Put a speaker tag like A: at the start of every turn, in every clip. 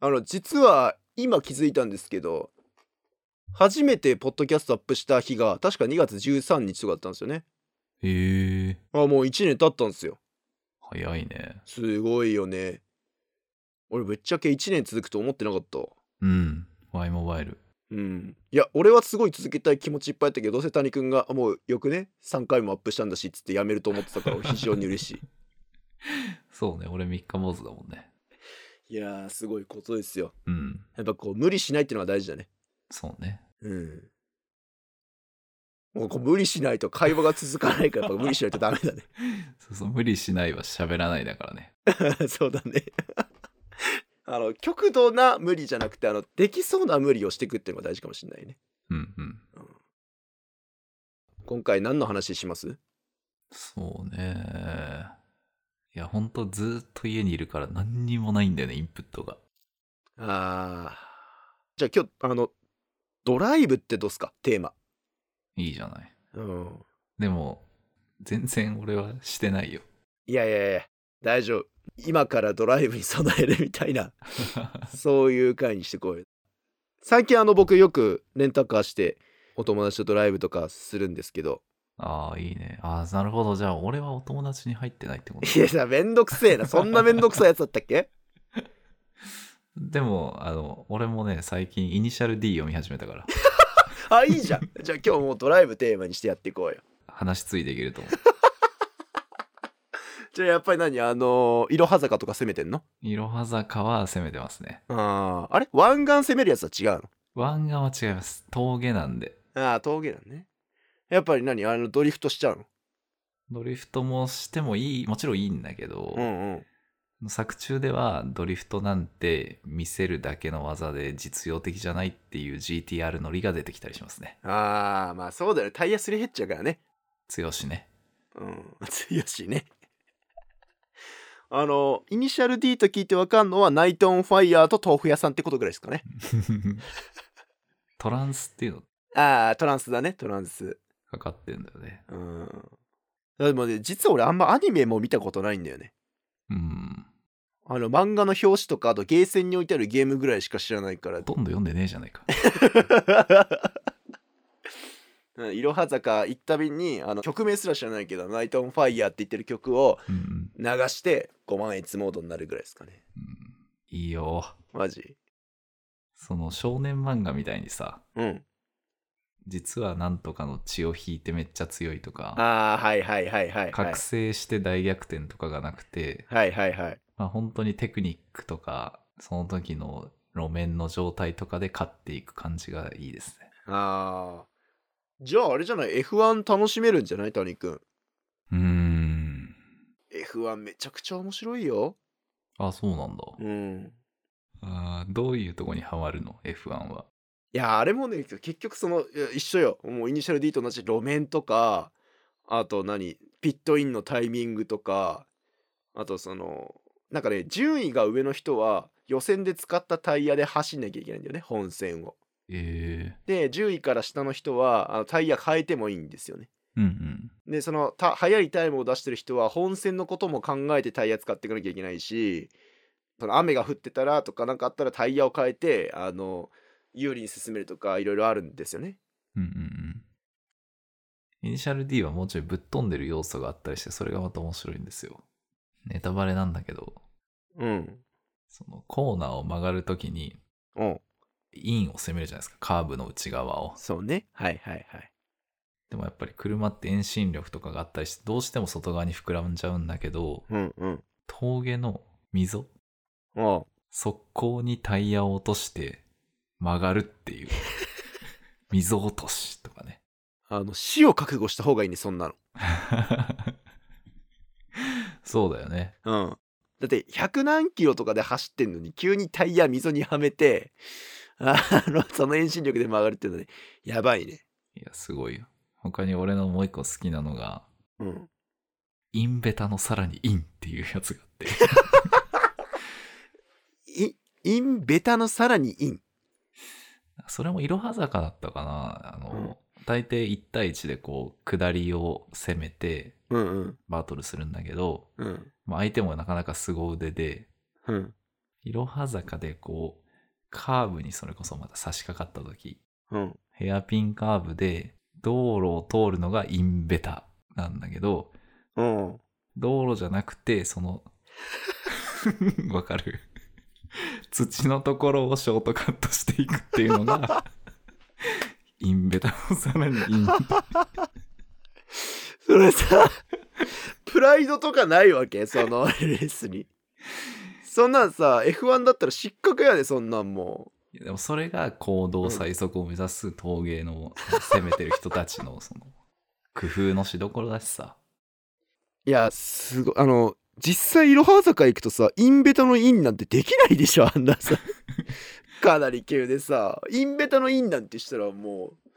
A: あの実は今気づいたんですけど初めてポッドキャストアップした日が確か2月13日とかだったんですよね
B: へえ、
A: あもう1年経ったんですよ
B: 早いね。
A: すごいよね俺ぶっちゃけ1年続くと思ってなかった
B: うん、Y モバイル。
A: うんいや俺はすごい続けたい気持ちいっぱいあったけどどうせ谷君があもうよくね3回もアップしたんだしっつってやめると思ってたから俺非常に嬉し
B: そうね、俺3日坊主だもんね。
A: いいやーすごいことですよ
B: うん、
A: やっぱこう無理しないっていうのが大事だね
B: そうね。
A: うんもうこう無理しないと会話が続かないからやっぱ無理しないとダメだね
B: そうそう、無理しないは喋らないだからね。
A: そうだね。 あの極度な無理じゃなくてあのできそうな無理をしていくっていうのが大事かもしれないね。
B: うんうん。
A: 今回何の話します
B: そうね。いや、ほんとずっと家にいるから何にもないんだよね、インプットが。
A: ああ。じゃあ今日あのドライブってどうっすかテーマ。
B: いいじゃない。
A: うん。
B: でも、全然俺はしてない よ。
A: いやいやいや大丈夫。今からドライブに備えるみたいなそういう回にしてこうよ。最近あの僕よくレンタカーしてお友達とドライブとかするんですけど
B: ああ、いいね。ああ、なるほど。じゃあ、俺はお友達に入ってないってこと
A: いやさめんどくせえなそんなめんどくさいやつだったっけ
B: でも、あの、俺もね、最近、イニシャル D 読み始めたから、
A: あいいじゃんじゃあ今日もうドライブテーマにしてやっていこうよ
B: 話し継いでいけると思う。
A: じゃあやっぱり何あのいろは坂とか攻めてんの
B: いろは坂は攻めてますね。
A: あああれ湾岸攻めるやつは違うの
B: 湾岸は違います。峠なんで。
A: ああ峠だねやっぱり何あのドリフトしちゃうの
B: ドリフトもしてもいい、もちろんいいんだけど、
A: んうん
B: 作中ではドリフトなんて見せるだけの技で実用的じゃないっていう GTR 乗りが出てきたりしますね。
A: ああまあそうだよねタイヤすり減っちゃうからね
B: 強 しね。
A: うん強いしねあのイニシャル D と聞いてわかんのはナイト・オン・ファイヤーと豆腐屋さんってことぐらいですかね
B: トランスっていうの
A: ああトランスだねトランス
B: かかってんだよね。
A: うんでもね実は俺あんまアニメも見たことないんだよね
B: うん。
A: あの漫画の表紙とかあとゲーセンに置いてあるゲームぐらいしか知らないから
B: ほとんど読んでねえじゃないか。
A: うんいろは坂行ったびにあの曲名すら知らないけど「ナイト・オン・ファイヤー」って言ってる曲を
B: うんうん、
A: 流して5万円モードになるぐらいですかね
B: うん。いいよ。
A: マジ
B: その少年漫画みたいにさ、
A: うん
B: 実はなんとかの血を引いてめっちゃ強いとか、
A: ああはいはいはいはいはい
B: 覚醒して大逆転とかがなくて、
A: はいはいはい
B: まあ、本当にテクニックとか、その時の路面の状態とかで勝っていく感じがいいですね。
A: ああじゃああれじゃない F1 楽しめるんじゃない谷君
B: うーん。
A: F1 めちゃくちゃ面白いよ
B: あ、そうなんだ。
A: うん
B: あーどういうとこにハマるの ?F1 は。
A: いやあれもね結局そのいや一緒よもうイニシャル D と同じ路面とかあと何ピットインのタイミングとかあとそのなんかね順位が上の人は予選で使ったタイヤで走んなきゃいけないんだよね本戦を。
B: え
A: で10位から下の人はあのタイヤ変えてもいいんですよね。
B: えうんうん。
A: でそのた速いタイムを出してる人は本戦のことも考えてタイヤ使っていかなきゃいけないしその雨が降ってたらとか何かあったらタイヤを変えてあの有利に進めるとかいろいろあるんですよね。
B: うんうんうん。イニシャル D はもうちょいぶっ飛んでる要素があったりして、それがまた面白いんですよ。ネタバレなんだけど、
A: うん。
B: そのコーナーを曲がるときに、
A: うん。
B: インを攻めるじゃないですか、カーブの内側を。
A: そうね。はいはいはい。
B: でもやっぱり車って遠心力とかがあったりして、どうしても外側に膨らんじゃうんだけど、
A: うんうん。
B: 峠の溝、
A: おう
B: 速攻にタイヤを落として曲がるって いう。溝落としとかね。
A: あの死を覚悟した方がいいねそんなの。
B: そうだよね。
A: うん。だって100何キロとかで走ってんのに急にタイヤ溝にはめて あのその遠心力で曲がるっていうのはねやばいね。
B: いや、すごいよ。他に俺のもう一個好きなのが、
A: うん。
B: インベタのさらにインっていうやつがあ って。
A: イインベタのさらにイン。
B: それもいろは坂だったかな。あの、
A: うん
B: 大抵1対1でこう、下りを攻めて
A: うんうん
B: バトルするんだけど、
A: うん
B: まあ、相手もなかなか凄腕で、
A: うん。
B: いろは坂でこう、カーブにそれこそまた差し掛かった時、
A: うん。
B: ヘアピンカーブで道路を通るのがインベタなんだけど、
A: うん。
B: 道路じゃなくて、その、 わかる土のところをショートカットしていくっていうのが、インベタのさらにインベタ。
A: それさ、 プライドとかないわけそのレースに。そんなんさ、F1 だったら失格やで、そんなんも
B: いやでもそれが行動最速を目指す陶芸の攻めてる人たちのその工夫のしどころだしさ。
A: う。いや、すごい。あの、実際、いろは坂行くとさ、インベタのインなんてできないでしょ、あんな さ。かなり急でさ、インベタのインなんてしたらもう、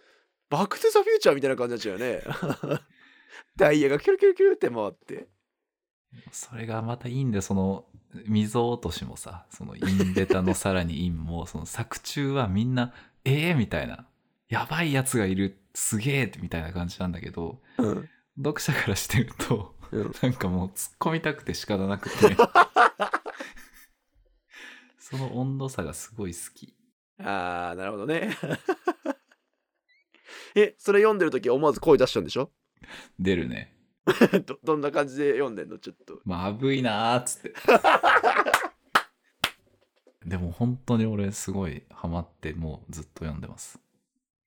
A: バックトゥザフューチャーみたいな感じになっちゃうよね。 ダイヤがキュルキュルキュルって回って。
B: それがまたいいんで、その溝落としもさ、そのインベタのさらにインも、その作中はみんな、ええみたいな、やばいやつがいる、すげえみたいな感じなんだけど、
A: うん。
B: 読者からしてると、
A: うん
B: なんかもう突っ込みたくて仕方なくて、 その温度差がすごい好き。
A: あー、なるほどね。 え、それ読んでる時思わず声出しちゃうんでしょ
B: 出るね。
A: どどんな感じで読んでんのちょっと
B: まぶいなーっつって。 でも本当に俺すごいハマってもうずっと読んでます。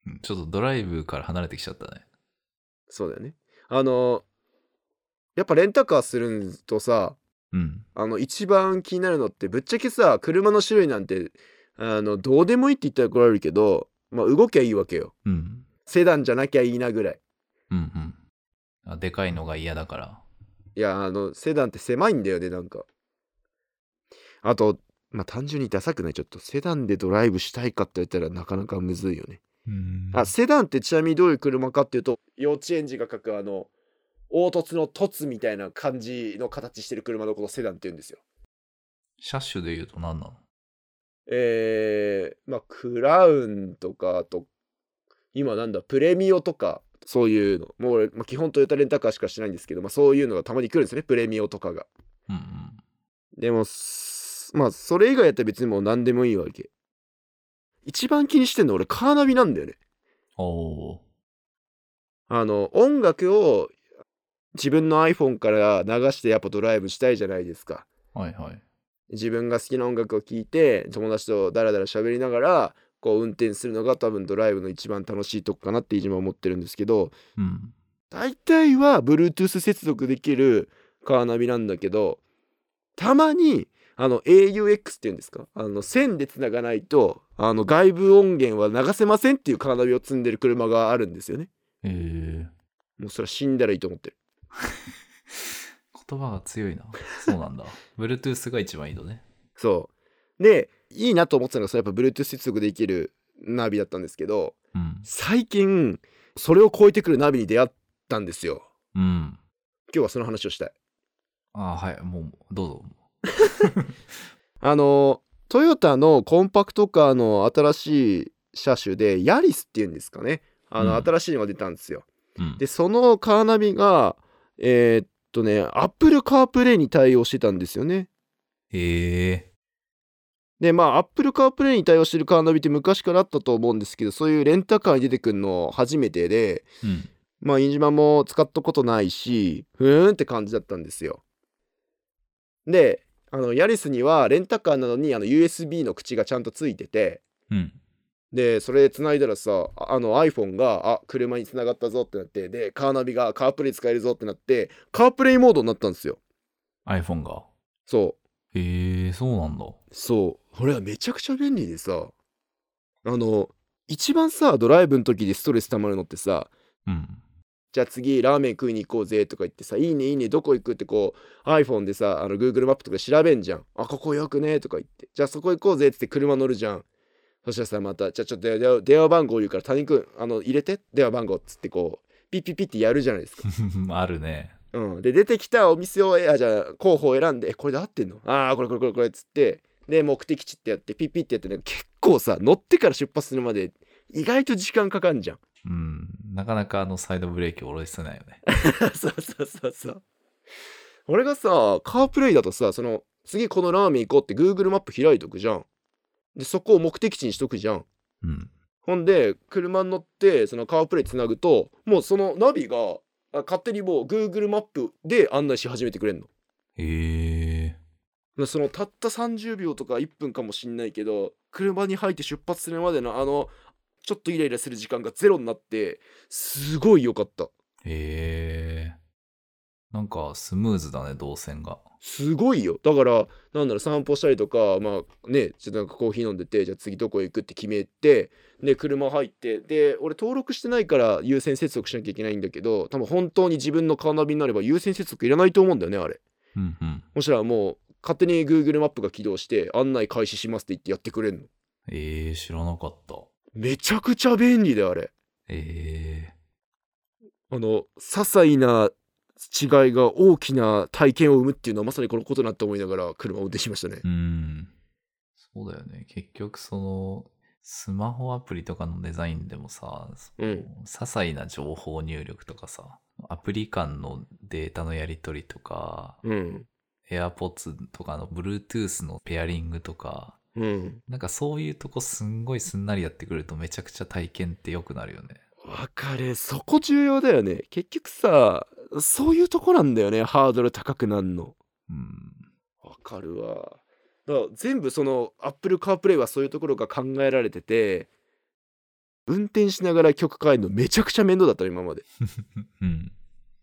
B: うんちょっとドライブから離れてきちゃったね。
A: そうだよねあのやっぱレンタカーするんとさ
B: うん。
A: あの一番気になるのってぶっちゃけさ車の種類なんてあのどうでもいいって言ったら怒られるけど、まあ、動きゃいいわけよ
B: うん。
A: セダンじゃなきゃいいなぐらい
B: うんうん。あでかいのが嫌だから。
A: いやあのセダンって狭いんだよねなんかあとまあ単純にダサくないちょっとセダンでドライブしたいかって言ったらなかなかむずいよね
B: うん
A: あセダンってちなみにどういう車かっていうと幼稚園児が書くあの凹凸の凸みたいな感じの形してる車のことをセダンって言うんですよ。
B: 車種で言うと何なの
A: えー、まあクラウンとかあと今なんだプレミオとかそういうのもう俺、まあ基本トヨタレンタカーしかしてないんですけど、まあ、そういうのがたまに来るんですねプレミオとかが。
B: うんうん。
A: でもすまあそれ以外やったら別にもう何でもいいわけ。一番気にしてんの俺カーナビなんだよね。
B: おー。
A: あの音楽を自分の iPhone から流してやっぱドライブしたいじゃないですか
B: はいはい。
A: 自分が好きな音楽を聴いて友達とダラダラ喋りながらこう運転するのが多分ドライブの一番楽しいとこかなって今思ってるんですけど
B: うん。
A: 大体は Bluetooth 接続できるカーナビなんだけどたまにあの AUX って言うんですかあの線でつながないとあの外部音源は流せませんっていうカーナビを積んでる車があるんですよね
B: えー。
A: もうそれは死んだらいいと思ってる
B: 言葉が強いな。そうな んだ。Bluetooth が一番いいのね。
A: そう。で、いいなと思ってたのが、それやっぱ Bluetooth 接続できるナビだったんですけど、
B: うん。
A: 最近、それを超えてくるナビに出会ったんですよ。
B: うん。
A: 今日はその話をしたい。
B: あーはい。もう、どうぞ。
A: あの、トヨタのコンパクトカーの新しい車種で、ヤリスっていうんですかね。あの、
B: うん
A: 新しいのが出たんですよ。
B: うん。
A: で、そのカーナビが、えーっとね、Apple CarPlay に対応してたんですよね。
B: へえ
A: でまあアップルカープレイに対応してるカーナビって昔からあったと思うんですけどそういうレンタカーに出てくるの初めてで
B: うん。
A: まあ飯島も使ったことないしふーんって感じだったんですよ。であのヤリスにはレンタカーなのにあの USB の口がちゃんとついてて
B: うん。
A: でそれで繋いだらさああの iPhone があ車に繋がったぞってなってでカーナビがカープレイ使えるぞってなってカープレイモードになったんですよ。
B: iPhone が。
A: そう
B: へえそうなんだ。
A: そうこれはめちゃくちゃ便利でさあの一番さドライブの時でストレス溜まるのってさ
B: うん。
A: じゃあ次ラーメン食いに行こうぜとか言ってさ「いいねいいねどこ行く?」ってこう iPhone でさあの Google マップとかで調べんじゃん「あここよくね」とか言って「じゃあそこ行こうぜ」って言って車乗るじゃんそしたらさまた「じゃあちょっと電話電話番号言うから谷君あの入れて電話番号」っつってこうピッピッピッってやるじゃない ですか
B: あるね。
A: うん、で出てきたお店をえあじゃあ候補を選んでえこれで合ってんのああこれこれこれこれっつってで目的地ってやってピッピッってやってね結構さ乗ってから出発するまで意外と時間かかんじゃん
B: うん。なかなかあのサイドブレーキ下ろ せないよね。
A: そうそうそうそう俺がさカープレイだとさその次このラーメン行こうって Google マップ開いとくじゃん。で、そこを目的地にしとくじゃん。
B: うん。
A: ほんで、車に乗って、そのカープレイつなぐと、もうそのナビが、あ勝手にもう Google マップで案内し始めてくれんの。
B: へえ。
A: でそのたった30秒とか1分かもしんないけど、車に入って出発するまでのあの、ちょっとイライラする時間がゼロになって、すごい良かった。
B: へえ。なんかスムーズだね、動線が。
A: すごいよだからなんだろう散歩したりとかまあねちょっとなんかコーヒー飲んでてじゃあ次どこ行くって決めてで車入ってで俺登録してないから優先接続しなきゃいけないんだけど多分本当に自分のカーナビになれば優先接続いらないと思うんだよねあれ
B: うんうん。
A: もしらもう勝手に Google マップが起動して案内開始しますって言ってやってくれんの
B: ええ、知らなかった。
A: めちゃくちゃ便利だよあれ
B: ええ。
A: あの些細な違いが大きな体験を生むっていうのはまさにこのことだなって思いながら車を運転しましたね
B: うん。そうだよね。結局その、スマホアプリとかのデザインでもさ、
A: うん
B: 些細な情報入力とかさ、アプリ間のデータのやり取りとか、
A: うん
B: AirPods とかの Bluetooth のペアリングとか、
A: うん
B: なんかそういうとこすんごいすんなりやってくるとめちゃくちゃ体験って良くなるよね。
A: わかるそこ重要だよね結局さそういうとこなんだよねハードル高くなんの
B: うん。
A: わかるわだから全部その Apple CarPlay はそういうところが考えられてて運転しながら曲変えるのめちゃくちゃ面倒だったの今まで
B: うん。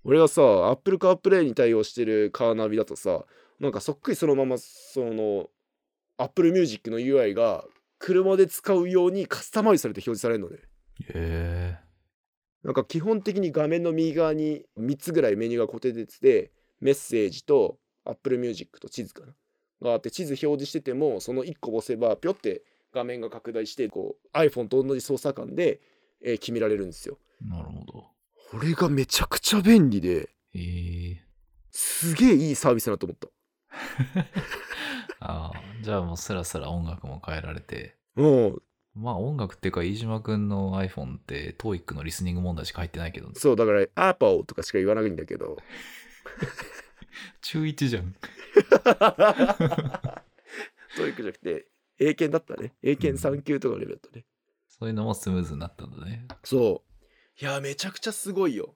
A: 俺がさ Apple CarPlay に対応してるカーナビだとさなんかそっくりそのままその Apple Music の UI が車で使うようにカスタマイズされて表示されるのね
B: へえ。
A: なんか基本的に画面の右側に3つぐらいメニューが固定で出ててメッセージと Apple Music と地図かながあって地図表示しててもその1個押せばピョって画面が拡大してこう iPhone と同じ操作感で、えー決められるんですよ。
B: なるほど。
A: これがめちゃくちゃ便利で
B: へえ。
A: すげえいいサービスだなと思った。
B: ああ、じゃあもうスラスラ音楽も変えられて。
A: うん、
B: まあ音楽っていうか、飯島くんの iPhone って、TOEIC のリスニング問題しか入ってないけど、
A: そうだから「Apple」とかしか言わないんだけ ど
B: 中1じゃん。
A: そういうじゃなくて英検だったね英検3級とかのレベルだったね。
B: そういうのもスムーズになったんだね。
A: そう。いや、めちゃくちゃすごいよ。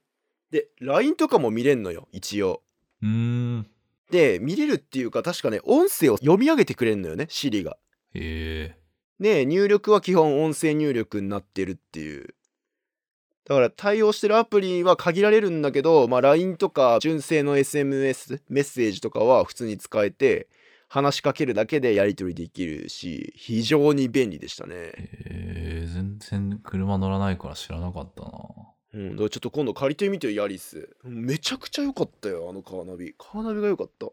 A: で、LINE とかも見れんのよ、一応。
B: うーん。
A: で、見れるっていうか、確かね、音声を読み上げてくれんのよね、Siri が。
B: へえ。
A: で、入力は基本音声入力になってるっていう。だから対応してるアプリは限られるんだけど、まあ、LINE とか純正の SMS メッセージとかは普通に使えて話しかけるだけでやり取りできるし非常に便利でしたね、
B: へえ、全然車乗らないから知らなかったな。
A: うん、だからちょっと今度借りてみてよヤリスめちゃくちゃ良かったよあのカーナビカーナビが良かった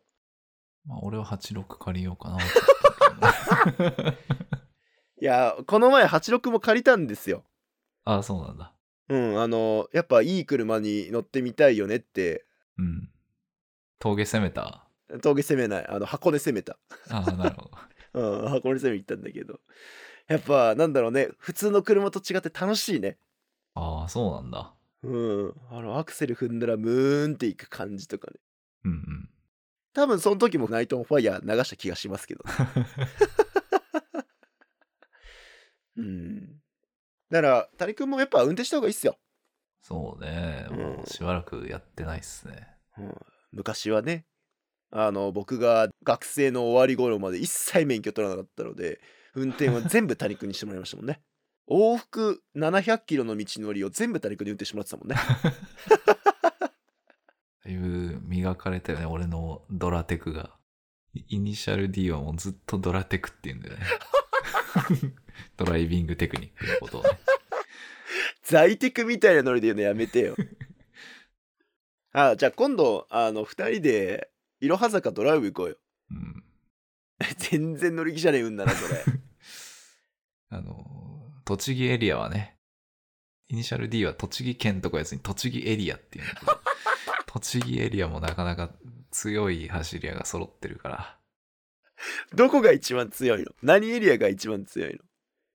B: まあ俺は86借りようかな。
A: いやこの前86も借りたんですよ。
B: ああ、そうなんだ。
A: うんあのやっぱいい車に乗ってみたいよねって
B: うん。峠攻めた。
A: 峠攻めないあの箱根攻めた、
B: ああ、なるほど。
A: うん、箱根攻め行ったんだけどやっぱなんだろうね普通の車と違って楽しいね
B: ああ、そうなんだ。
A: うんあのアクセル踏んだらムーンっていく感じとかね
B: うんうん。
A: 多分その時もナイトオンファイヤー流した気がしますけど、うんだから谷君もやっぱ運転した方がいいっすよ
B: そうね。もうしばらくやってないっすね。
A: うん昔はねあの僕が学生の終わり頃まで一切免許取らなかったので運転は全部谷君にしてもらいましたもんね 往復700キロの道のりを全部谷君に運転してもらってたもんね
B: だいぶ磨かれたよね、俺のドラテクが。イイニシャル D はもうずっとドラテクって言うんだよね。ドライビングテクニックのことをね。
A: 在宅みたいなノリで言うのやめてよあじゃあ今度あの2人でいろは坂ドライブ行こうよ
B: うん。
A: 全然乗り気じゃねえうんだなそれ
B: あの、栃木エリアはね、イニシャル D は栃木県とかやつに栃木エリアっていうんだけど、 栃木エリアもなかなか強い走り屋が揃ってるから、
A: どこが一番強いの何エリアが一番強いの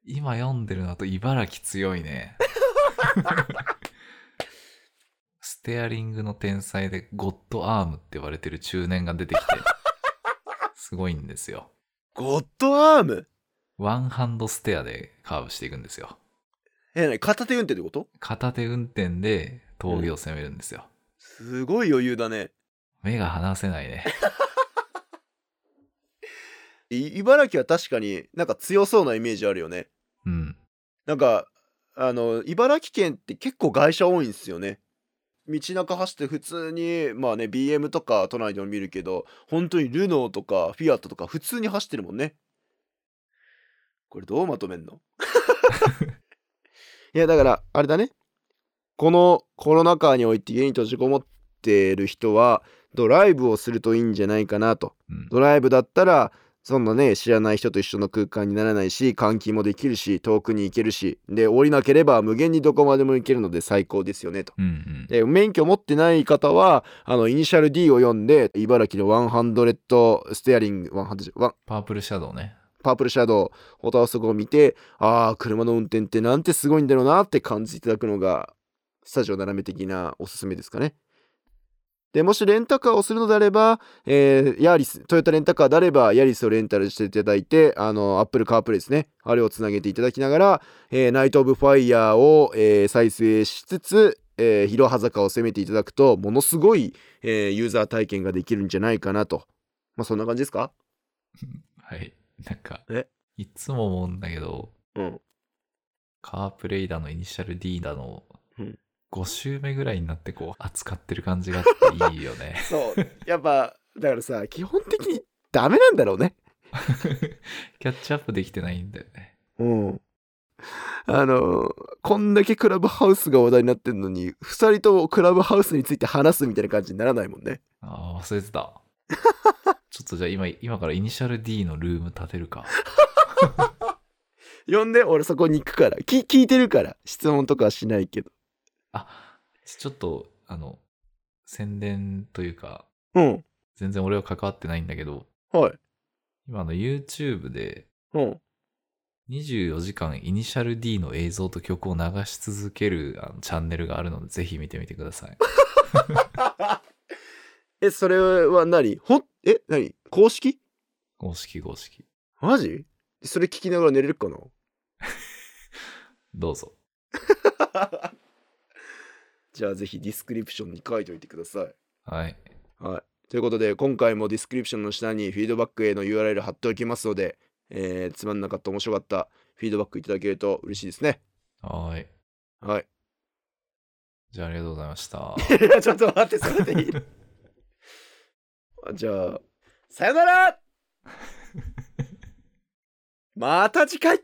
B: 今読んでるのだと茨城強いね。 ステアリングの天才でゴッドアームって言われてる中年が出てきて、すごいんですよ。
A: ゴッドアーム
B: ワンハンドステアでカーブしていくんですよ。
A: え、なに片手運転ってこと
B: 片手運転で峠を攻めるんですよ。
A: すごい余裕だね。
B: 目が離せないね。
A: い茨城は確かになんか強そうなイメージあるよね。
B: うん。
A: なんか、あの、茨城県って結構外車多いんですよね。道中走って普通に、まあね、BM とか都内でも見るけど、本当にルノーとかフィアットとか普通に走ってるもんね。これどうまとめんの いや、だから、あれだね。このコロナ禍において家に閉じこもってる人は、ドライブをするといいんじゃないかなと。
B: うん、
A: ドライブだったらそんなね知らない人と一緒の空間にならないし換気もできるし遠くに行けるしで降りなければ無限にどこまでも行けるので最高ですよねと。
B: うん、うん。
A: で免許持ってない方はあのイニシャル D を読んで茨城のワンハンドレッドステアリングワンハンドワン
B: パープルシャドウね。
A: パープルシャドウホタワソコを見てああ車の運転ってなんてすごいんだろうなって感じていただくのがスタジオ斜め的なおすすめですかね。でもしレンタカーをするのであれば、えーヤリストヨタレンタカーであればヤリスをレンタルしていただいてあのアップルカープレイですねあれをつなげていただきながら、えーナイト・オブ・ファイヤーを、えー再生しつつ、えー、広葉坂を攻めていただくとものすごい、えーユーザー体験ができるんじゃないかなと、まあ、そんな感じですか
B: はい。なんか
A: え、
B: いつも思うんだけど、
A: うん
B: カープレイだの、イニシャル D だの
A: うん、
B: 5周目ぐらいになってこう、扱ってる感じがあっていいよね。
A: そうやっぱだからさ基本的にダメなんだろうね
B: キャッチアップできてないんだよね。
A: うんあのこんだけクラブハウスが話題になってんのに2人ともクラブハウスについて話すみたいな感じにならないもんね
B: ああ、忘れて た。ちょっとじゃあ今、今からイニシャル D のルーム立てるか。
A: 呼んで俺そこに行くからき聞いてるから質問とかはしないけど
B: あ、ちょっと、あの、宣伝というか、
A: うん
B: 全然俺は関わってないんだけど、
A: はい
B: 今あの YouTube で
A: うん
B: 24時間イニシャル D の映像と曲を流し続けるあのチャンネルがあるので、ぜひ見てみてください。
A: えそれは何ほんえ何公式
B: 公式公式。
A: マジそれ聞きながら寝れるかな
B: どうぞ。
A: じゃあぜひディスクリプションに書いておいてください
B: はい。
A: はい。ということで、今回もディスクリプションの下にフィードバックへの URL 貼っておきますので、えーつまんなかった、面白かった、フィードバックいただけると嬉しいですね。
B: はーい。
A: はい。
B: じゃあありがとうございました。
A: いや、ちょっと待って、それでいいじゃあ、さよならまた次回